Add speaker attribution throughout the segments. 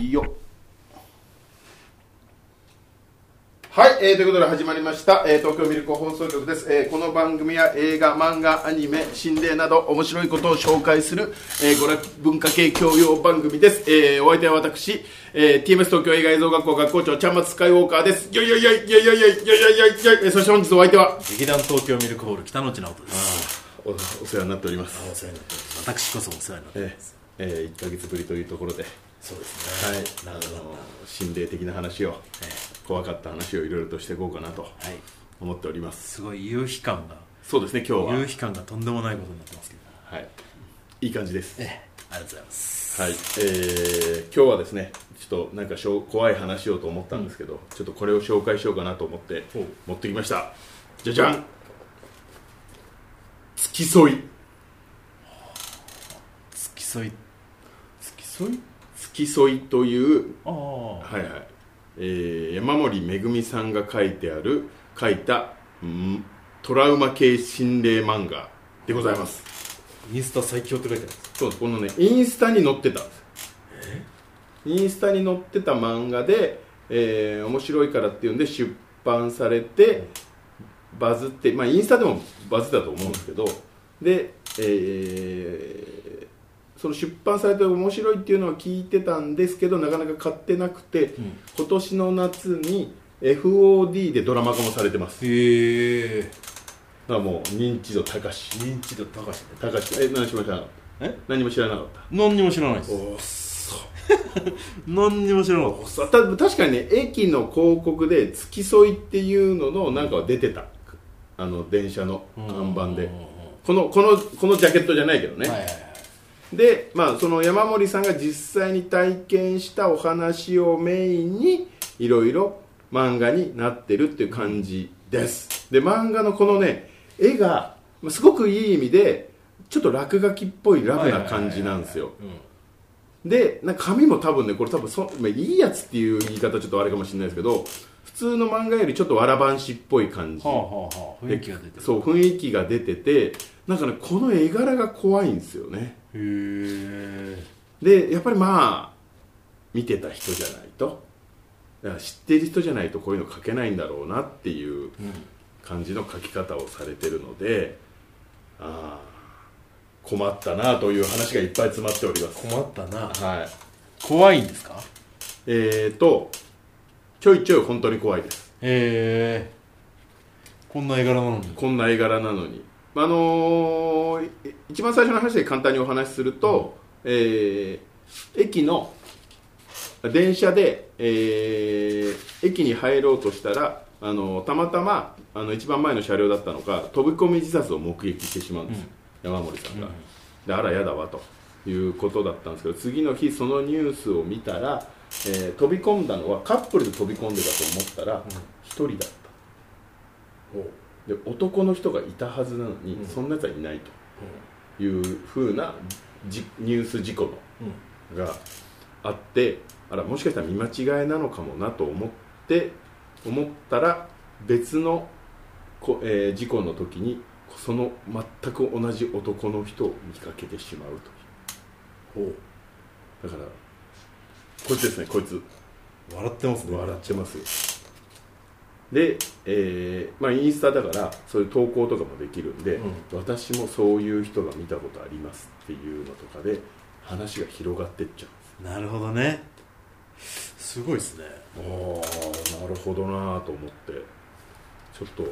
Speaker 1: いいよはい、えーということで始まりました、えー東京ミルク放送局です、えーこの番組は映画漫画アニメ心霊など面白いことを紹介する、えー娯楽文化系教養番組です、えーお相手は私、えー TMS 東京映画映像学校学校長ちゃんまつスカイウォーカーですよいよいよいよいよいよいよいよいよいよいえーそして本日お相手は
Speaker 2: 劇団東京ミルクホール北野内直人です
Speaker 1: おお世話になっております
Speaker 2: お世話になってます私こそお世話になってま
Speaker 1: え
Speaker 2: す、
Speaker 1: ええ1か月ぶりというところで、
Speaker 2: そうです
Speaker 1: はい
Speaker 2: ね、
Speaker 1: あ
Speaker 2: な
Speaker 1: の
Speaker 2: るほどは
Speaker 1: 心霊的な話を、怖かった話をいろいろとしていこうかなと
Speaker 2: い
Speaker 1: 思っております。
Speaker 2: すごい夕日感が
Speaker 1: そうですね、今日は、
Speaker 2: 夕日感がとんでもないことになってますけど
Speaker 1: はい、いい感じです。
Speaker 2: ええありがとうございます
Speaker 1: はい、えー今日はですね、ちょっとなんかしょう怖い話をと思ったんですけど、ちょっとこれを紹介しようかなと思って
Speaker 2: ほう
Speaker 1: 持ってきました。じゃじゃん。付き添い。
Speaker 2: 付き添い付き添い
Speaker 1: 付き添いという
Speaker 2: ああ
Speaker 1: はいはい、えー山森めぐみさんが書いてある書いた、うんトラウマ系心霊漫画でございます
Speaker 2: インスタ最強って書いてあるんです
Speaker 1: そうですこのねインスタに載ってたんですインスタに載ってた漫画で、えー面白いからっていうんで出版されてバズってまあインスタでもバズったと思うんですけどで、えーその出版されて面白いっていうのは聞いてたんですけどなかなか買ってなくて、
Speaker 2: ん
Speaker 1: 今年の夏に FOD でドラマ化もされてますだ
Speaker 2: へえ
Speaker 1: からもう認知度高し
Speaker 2: 認知度高しね
Speaker 1: 高しえ何しました
Speaker 2: え
Speaker 1: 何も知らなかった
Speaker 2: 何にも知らないです
Speaker 1: おっそ
Speaker 2: 何にも知らなかった
Speaker 1: そうた確かにね駅の広告で「付き添い」っていうののなんかは出てたあの電車の看板で
Speaker 2: うんうんうん
Speaker 1: このこのこのジャケットじゃないけど
Speaker 2: うん
Speaker 1: ね、
Speaker 2: はいはいはい
Speaker 1: で、まあ、その山森さんが実際に体験したお話をメインにいろいろ漫画になってるっていう感じですで漫画のこのね絵がまあすごくいい意味でちょっと落書きっぽいラフな感じなんですよ
Speaker 2: うん
Speaker 1: でなんか紙も多分ねこれ多分そ、まあ、いいやつっていう言い方ちょっとあれかもしれないですけど普通の漫画よりちょっとわらばんしっぽい感じ、
Speaker 2: はあはあはあ雰囲気が出てる
Speaker 1: そう雰囲気が出ててなんかねこの絵柄が怖いんですよね
Speaker 2: へえ
Speaker 1: でやっぱりまあ見てた人じゃないとだから知ってる人じゃないとこういうの描けないんだろうなっていう
Speaker 2: うん
Speaker 1: 感じの描き方をされてるのでああ困ったなという話がいっぱい詰まっております
Speaker 2: 困ったな
Speaker 1: はい
Speaker 2: 怖いんですか
Speaker 1: えーとちょいちょい本当に怖いです
Speaker 2: えー、こんな絵柄なのに
Speaker 1: こんな絵柄なのにあのーい一番最初の話で簡単にお話しすると、えー駅の電車で、えー駅に入ろうとしたら、あのーたまたまあの一番前の車両だったのか飛び込み自殺を目撃してしまうんですよ、山森さんが、であらやだわということだったんですけど次の日そのニュースを見たら、えー飛び込んだのはカップルで飛び込んでたと思ったら1人だったで男の人がいたはずなのに、
Speaker 2: うん
Speaker 1: そんなやつはいないというふうなじニュース事故のがあってあらもしかしたら見間違いなのかもなと思って思ったら別のこ、えー事故の時にその全く同じ男の人を見かけてしまうというだからこいつですねこいつ
Speaker 2: 笑ってますね
Speaker 1: 笑ってますよで、えーまあ、インスタだからそういう投稿とかもできるんで、
Speaker 2: う
Speaker 1: 私もそういう人が見たことありますっていうのとかで話が広がってっちゃ
Speaker 2: なるほどねすごいですね
Speaker 1: うんですああなるほどなと思ってちょっと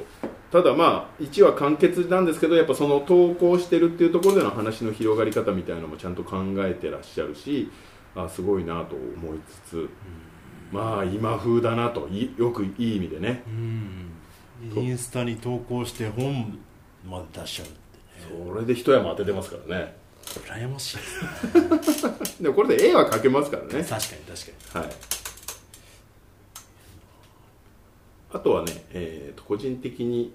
Speaker 1: ただまあ1話完結なんですけどやっぱその投稿してるっていうところでの話の広がり方みたいなのもちゃんと考えてらっしゃるしあすごいなと思いつつまあ今風だなといよくいい意味でね、
Speaker 2: うん
Speaker 1: と
Speaker 2: インスタに投稿して本まで出しちゃうって
Speaker 1: それで一山当ててますからね
Speaker 2: 羨ましいですね
Speaker 1: でもこれで絵は描けますからね
Speaker 2: 確かに確かに
Speaker 1: はいあとはね、えーと個人的に、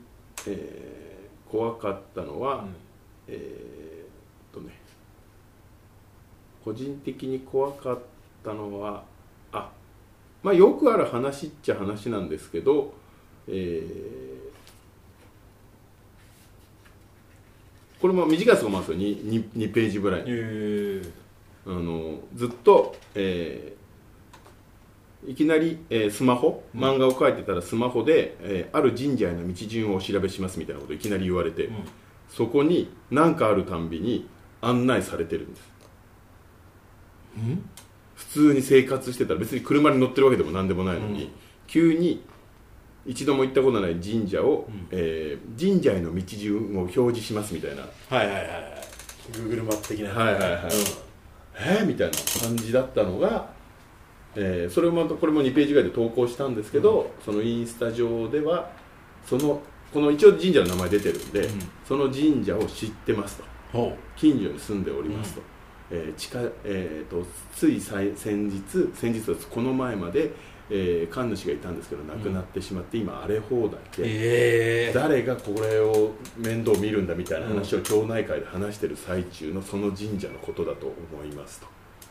Speaker 1: えー怖かったのは、えーとね個人的に怖かったのはあまあよくある話っちゃ話なんですけど、えーこれも短いですごまんですよ 2, 2ページぐらいの
Speaker 2: え
Speaker 1: あのずっと、えーいきなり、えースマホ漫画を描いてたらスマホで、えーある神社への道順をお調べしますみたいなことをいきなり言われて、
Speaker 2: うん
Speaker 1: そこに何かあるたんびに案内されてるんです
Speaker 2: うん
Speaker 1: 普通に生活してたら別に車に乗ってるわけでも何でもないのに、
Speaker 2: うん
Speaker 1: 急に一度も行ったことない神社を、
Speaker 2: うん
Speaker 1: えー神社への道順を表示しますみたいな、
Speaker 2: はいはいはいはい Google マップ的な
Speaker 1: はいはいはいえーみたいな感じだったのが、えーそれもまたこれも2ページぐらいで投稿したんですけど、そのインスタ上ではそのこの一応神社の名前出てるんで、
Speaker 2: うん
Speaker 1: その神社を知ってますと
Speaker 2: ほう
Speaker 1: 近所に住んでおりますと,、えー近えー、とついさい先日先日ですこの前まで、えー神主がいたんですけど亡くなってしまって、今荒れ放題で、
Speaker 2: ええ
Speaker 1: 誰がこれを面倒見るんだみたいな話を町内会で話してる最中のその神社のことだと思いますと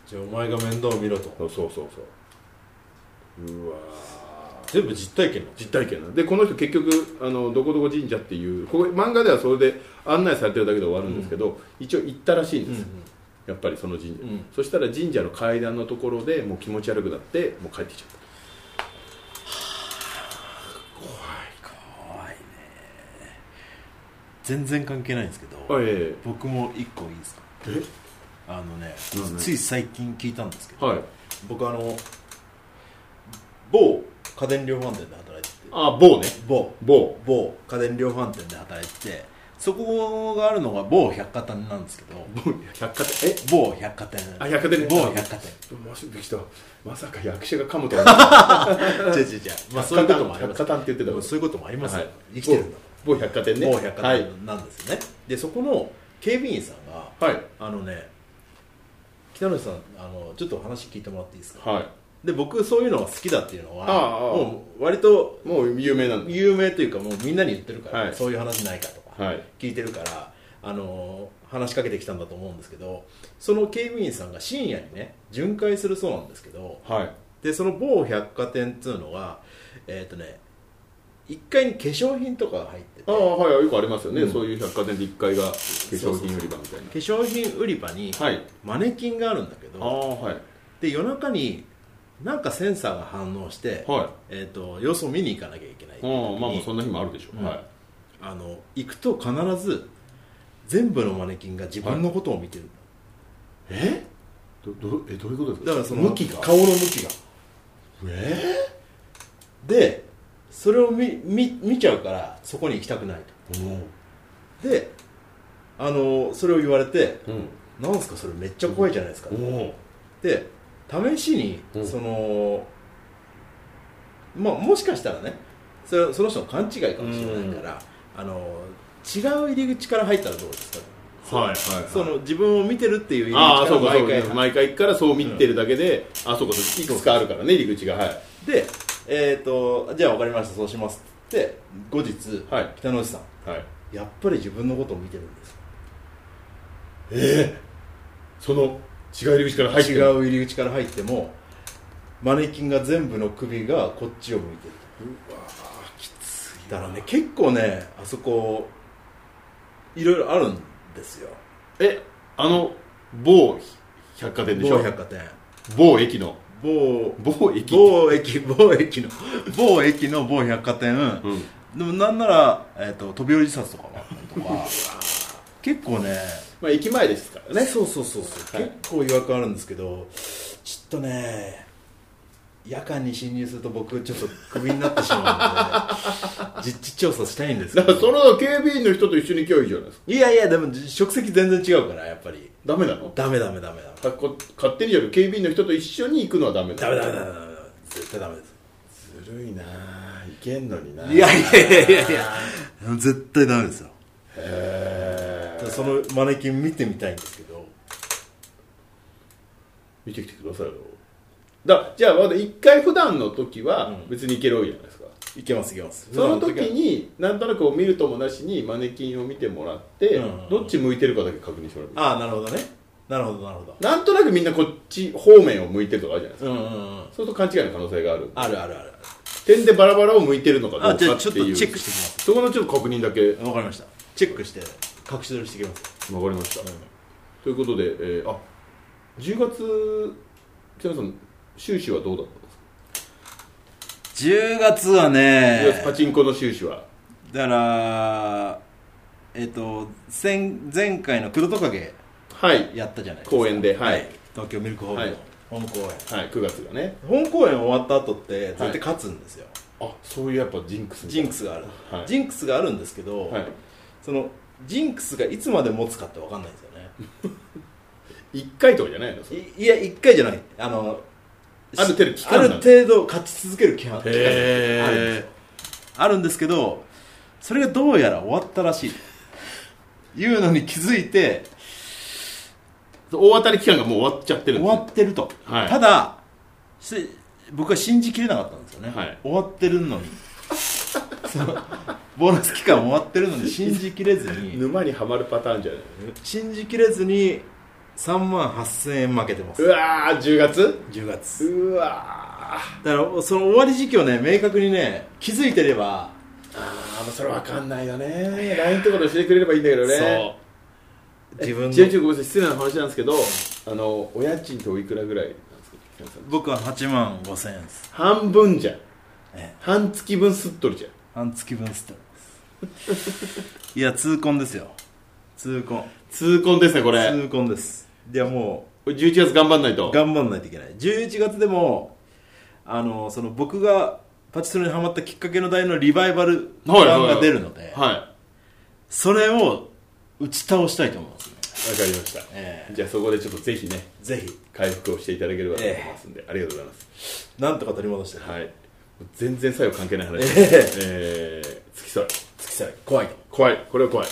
Speaker 2: じゃあお前が面倒を見ろと
Speaker 1: そうそうそうそううわー
Speaker 2: 全部実体験なの
Speaker 1: 実体験なんでこの人結局あのどこどこ神社っていうここ漫画ではそれで案内されてるだけで終わるんですけど、一応行ったらしいんですよ、やっぱりその神社、
Speaker 2: うん
Speaker 1: そしたら神社の階段のところでもう気持ち悪くなってもう帰ってきちゃった
Speaker 2: 怖いね全然関係ないんですけど、
Speaker 1: あえ
Speaker 2: 僕も一個いいですか
Speaker 1: え
Speaker 2: あのね
Speaker 1: なんで
Speaker 2: つい最近聞いたんですけど、
Speaker 1: はい
Speaker 2: 僕あの某家電量販店で働いてて
Speaker 1: あ某ね
Speaker 2: 某
Speaker 1: 某
Speaker 2: 某家電量販店で働いててそこがあるのが某百貨店なんですけど
Speaker 1: 某百貨店え
Speaker 2: 某百貨店
Speaker 1: あ百貨店ね
Speaker 2: 某百貨店
Speaker 1: もしびっくりしたまさか役者が噛むとは
Speaker 2: 違う違う違うまあ
Speaker 1: 百
Speaker 2: そうい
Speaker 1: 貨
Speaker 2: うことも
Speaker 1: 店
Speaker 2: ありま
Speaker 1: 百
Speaker 2: す
Speaker 1: 貨店って言ってた
Speaker 2: でもそういうこともありますよ、
Speaker 1: はい
Speaker 2: 生きてるんだ
Speaker 1: 某某百貨店ね
Speaker 2: 某百貨
Speaker 1: はい
Speaker 2: 店なんですよね、でそこの警備員さんが
Speaker 1: はい
Speaker 2: あのね北野さんあのちょっとお話聞いてもらっていいですか
Speaker 1: は
Speaker 2: で僕そういうのが好きだっていうのは
Speaker 1: ああああ
Speaker 2: もう割と
Speaker 1: いもう有名なんで
Speaker 2: 有名というかもうみんなに言ってるから、
Speaker 1: はい
Speaker 2: そういう話ないかとか、
Speaker 1: はい
Speaker 2: 聞いてるからあの話しかけてきたんだと思うんですけどその警備員さんが深夜にね巡回するそうなんですけど
Speaker 1: はい
Speaker 2: でその某百貨店っていうのがえっ、とね1階に化粧品とかが入ってて
Speaker 1: ああはいよくありますよね、
Speaker 2: うん
Speaker 1: そういう百貨店で1階が化粧品売り場みたいな
Speaker 2: 化粧品売り場に
Speaker 1: はい
Speaker 2: マネキンがあるんだけど、
Speaker 1: ああはい
Speaker 2: で夜中になんかセンサーが反応して、
Speaker 1: はい
Speaker 2: えー、と様子を見に行かなきゃいけないって
Speaker 1: う
Speaker 2: 時
Speaker 1: んまあまあ
Speaker 2: に
Speaker 1: そんな日もあるでしょう、
Speaker 2: うん
Speaker 1: はい
Speaker 2: あの行くと必ず全部のマネキンが自分のことを見てる、
Speaker 1: えどどえどういうことですか
Speaker 2: だからその
Speaker 1: 向きが
Speaker 2: 顔の向きが
Speaker 1: え
Speaker 2: でそれを見見見ちゃうからそこに行きたくない
Speaker 1: えうん
Speaker 2: とであのそれを言われて
Speaker 1: うん
Speaker 2: 「なんすかそれめっちゃ怖いじゃないですか」
Speaker 1: おお
Speaker 2: で試しに、
Speaker 1: うん
Speaker 2: そのまあもしかしたらねそれその人の勘違いかもしれないから、あの違う入り口から入ったらどうですか
Speaker 1: はいはい、はい、
Speaker 2: その自分を見てるっていう入
Speaker 1: ああ
Speaker 2: り
Speaker 1: そう
Speaker 2: 口
Speaker 1: か
Speaker 2: から
Speaker 1: そう
Speaker 2: 毎回入
Speaker 1: か毎回行くからそう見てるだけで、あそうかそういくつかあるからね入り口がはい
Speaker 2: るで、えー、とじゃあ分かりましたそうしますって後日、
Speaker 1: はい
Speaker 2: 北の内さん
Speaker 1: はい
Speaker 2: やっぱり自分のことを見てるんですよ
Speaker 1: ええその違う入り口から入って
Speaker 2: 違う入り口から入ってもマネキンが全部の首がこっちを向いてる
Speaker 1: うわーきつい
Speaker 2: だからね結構ねあそこいろいろあるんですよ
Speaker 1: えあの某百貨店でしょ
Speaker 2: 某百貨店
Speaker 1: 某駅の
Speaker 2: 某
Speaker 1: 某駅
Speaker 2: 某駅某駅の某駅の某百貨店、
Speaker 1: うん
Speaker 2: でもなんなら、えー、と飛び降り自殺とかもあったりとか結構ね
Speaker 1: まあ駅前ですからね
Speaker 2: そうそうそうそう、
Speaker 1: はい
Speaker 2: 結構違和感あるんですけどちょっとね夜間に侵入すると僕ちょっとクビになってしまうので 実地調査したいんですけ
Speaker 1: だからそ
Speaker 2: ど
Speaker 1: の警備員の人と一緒に行きゃいいじゃないですか
Speaker 2: いやいやでも職責全然違うからやっぱり
Speaker 1: ダメなの
Speaker 2: ダメダメダメダメ
Speaker 1: かこ勝手にやる警備員の人と一緒に行くのはダメ
Speaker 2: ダ
Speaker 1: な
Speaker 2: メ
Speaker 1: の
Speaker 2: ダメダメダメダメ絶対ダメです
Speaker 1: ずるいなあいけんのにない
Speaker 2: やいやいやいやいや絶対ダメですよ
Speaker 1: へえ
Speaker 2: そのマネキン見てみたいんですけど
Speaker 1: 見てきてくださいよだじゃあまだ一回普段の時は
Speaker 2: うん
Speaker 1: 別に行けるわけじゃないですか、
Speaker 2: いけますいけます
Speaker 1: その時になんとなく見るともなしにマネキンを見てもらって、
Speaker 2: うん
Speaker 1: どっち向いてるかだけ確認してもらう
Speaker 2: ああなるほどねなるほどなるほど
Speaker 1: なんとなくみんなこっち方面を向いてるとかあるじゃないですか
Speaker 2: うんうんうん
Speaker 1: そうすると勘違いの可能性がある
Speaker 2: あるあるある
Speaker 1: 点でバラバラを向いてるのかどうか
Speaker 2: あ
Speaker 1: って
Speaker 2: じ
Speaker 1: いう
Speaker 2: ゃあちょっとチェックしてきます
Speaker 1: そこのちょっと確認だけ
Speaker 2: わかりましたチェックして隠し撮りしてきます
Speaker 1: わかりました、ということで、えーあ10月北野さん収支はどうだったんですか
Speaker 2: 10月はね
Speaker 1: いわゆるパチンコの収支は
Speaker 2: だからえっと前前回の黒トカゲ
Speaker 1: はい、
Speaker 2: やったじゃないですか
Speaker 1: 公演ではい
Speaker 2: 東京ミルクホールの本公演
Speaker 1: はい、9月がね
Speaker 2: 本公演終わった後って絶対勝つんですよ、
Speaker 1: あそういうやっぱジンクスみた
Speaker 2: ジ
Speaker 1: い
Speaker 2: ン
Speaker 1: な
Speaker 2: クスがある、
Speaker 1: はい
Speaker 2: ジンクスがあるんですけど、
Speaker 1: はい
Speaker 2: そのジンクスがいつまで持つかって分かんないんですよね
Speaker 1: 1回とかじゃないのそれ
Speaker 2: いいや1回じゃないあの
Speaker 1: ある程度期間
Speaker 2: あ
Speaker 1: なん
Speaker 2: る
Speaker 1: だ
Speaker 2: 程度勝ち続ける期間期間が
Speaker 1: へー
Speaker 2: あるんですよあるんですけどそれがどうやら終わったらしいいうのに気づいて
Speaker 1: 大当たり期間がもう終わっちゃってるんで
Speaker 2: 終
Speaker 1: す
Speaker 2: わ
Speaker 1: ね
Speaker 2: ってると、
Speaker 1: はい
Speaker 2: ただし僕は信じきれなかったんですよね、
Speaker 1: はい
Speaker 2: 終わってるのにそのボーナス期間終わってるのに信じきれず に
Speaker 1: 沼にはまるパターンじゃない
Speaker 2: 信じきれずに3万8000円負けてます
Speaker 1: うわー10月
Speaker 2: 10月
Speaker 1: うわー
Speaker 2: だからその終わり時期をね明確にね気づいてれば
Speaker 1: あーまあそれわかんないよね LINE ってことしてくれればいいんだけどね
Speaker 2: そう自分
Speaker 1: ちなみに
Speaker 2: の
Speaker 1: ごめんなさい失礼な話なんですけどあのお家賃っておいくらぐらいなんですか皆さん
Speaker 2: 僕は8万5000円です
Speaker 1: 半分じゃん
Speaker 2: ええ
Speaker 1: 半月分すっとるじゃん
Speaker 2: 半月分捨てますいや痛恨ですよ痛恨
Speaker 1: 痛恨ですねこれ
Speaker 2: 痛恨ですいやも
Speaker 1: これ11月頑張んないと
Speaker 2: う頑張んないといけない11月でもあのその僕がパチスロにハマったきっかけの代のリバイバル
Speaker 1: はいはい
Speaker 2: 版
Speaker 1: はい
Speaker 2: が出るので、
Speaker 1: はいわか
Speaker 2: それを打ち倒したいと思いますね、
Speaker 1: りました
Speaker 2: え
Speaker 1: じゃあそこでちょっとぜひね
Speaker 2: えぜひ
Speaker 1: 回復をしていただければと思いますんで、ありがとうございます
Speaker 2: なんとか取り戻して
Speaker 1: はいもう全然作用関係ない話
Speaker 2: え
Speaker 1: えー、付き添い
Speaker 2: 付き添い怖いと
Speaker 1: 怖いこれは怖い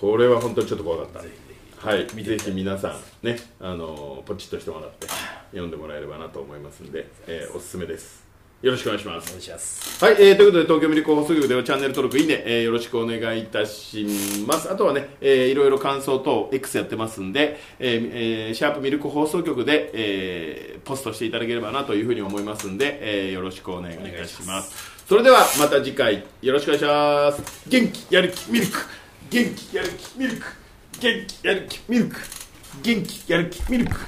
Speaker 1: これは本当にちょっと怖かった
Speaker 2: ぜひぜ
Speaker 1: はい、ぜ
Speaker 2: 見てみたい
Speaker 1: ひ皆さんね、あのーポチッとしてもらって読んでもらえればなと思いますんで、えーおすすめですよろしくお願いしま
Speaker 2: ひお
Speaker 1: す
Speaker 2: 願いします
Speaker 1: はい、えーということで東京ミルク放送局ではチャンネル登録いいね、えーよろしくお願いいたしますあとはね、えーいろいろ感想等 X やってますんで、えーえーシャープミルク放送局で、えーポストしていただければなというふうに思いますんで、えーよろしくお願いいた
Speaker 2: お願いし
Speaker 1: し
Speaker 2: ま
Speaker 1: ますそれではまた次回よろしくお願いします元気やる気ミルク元気やる気ミルク元気やる気ミルク元気やる気ミルク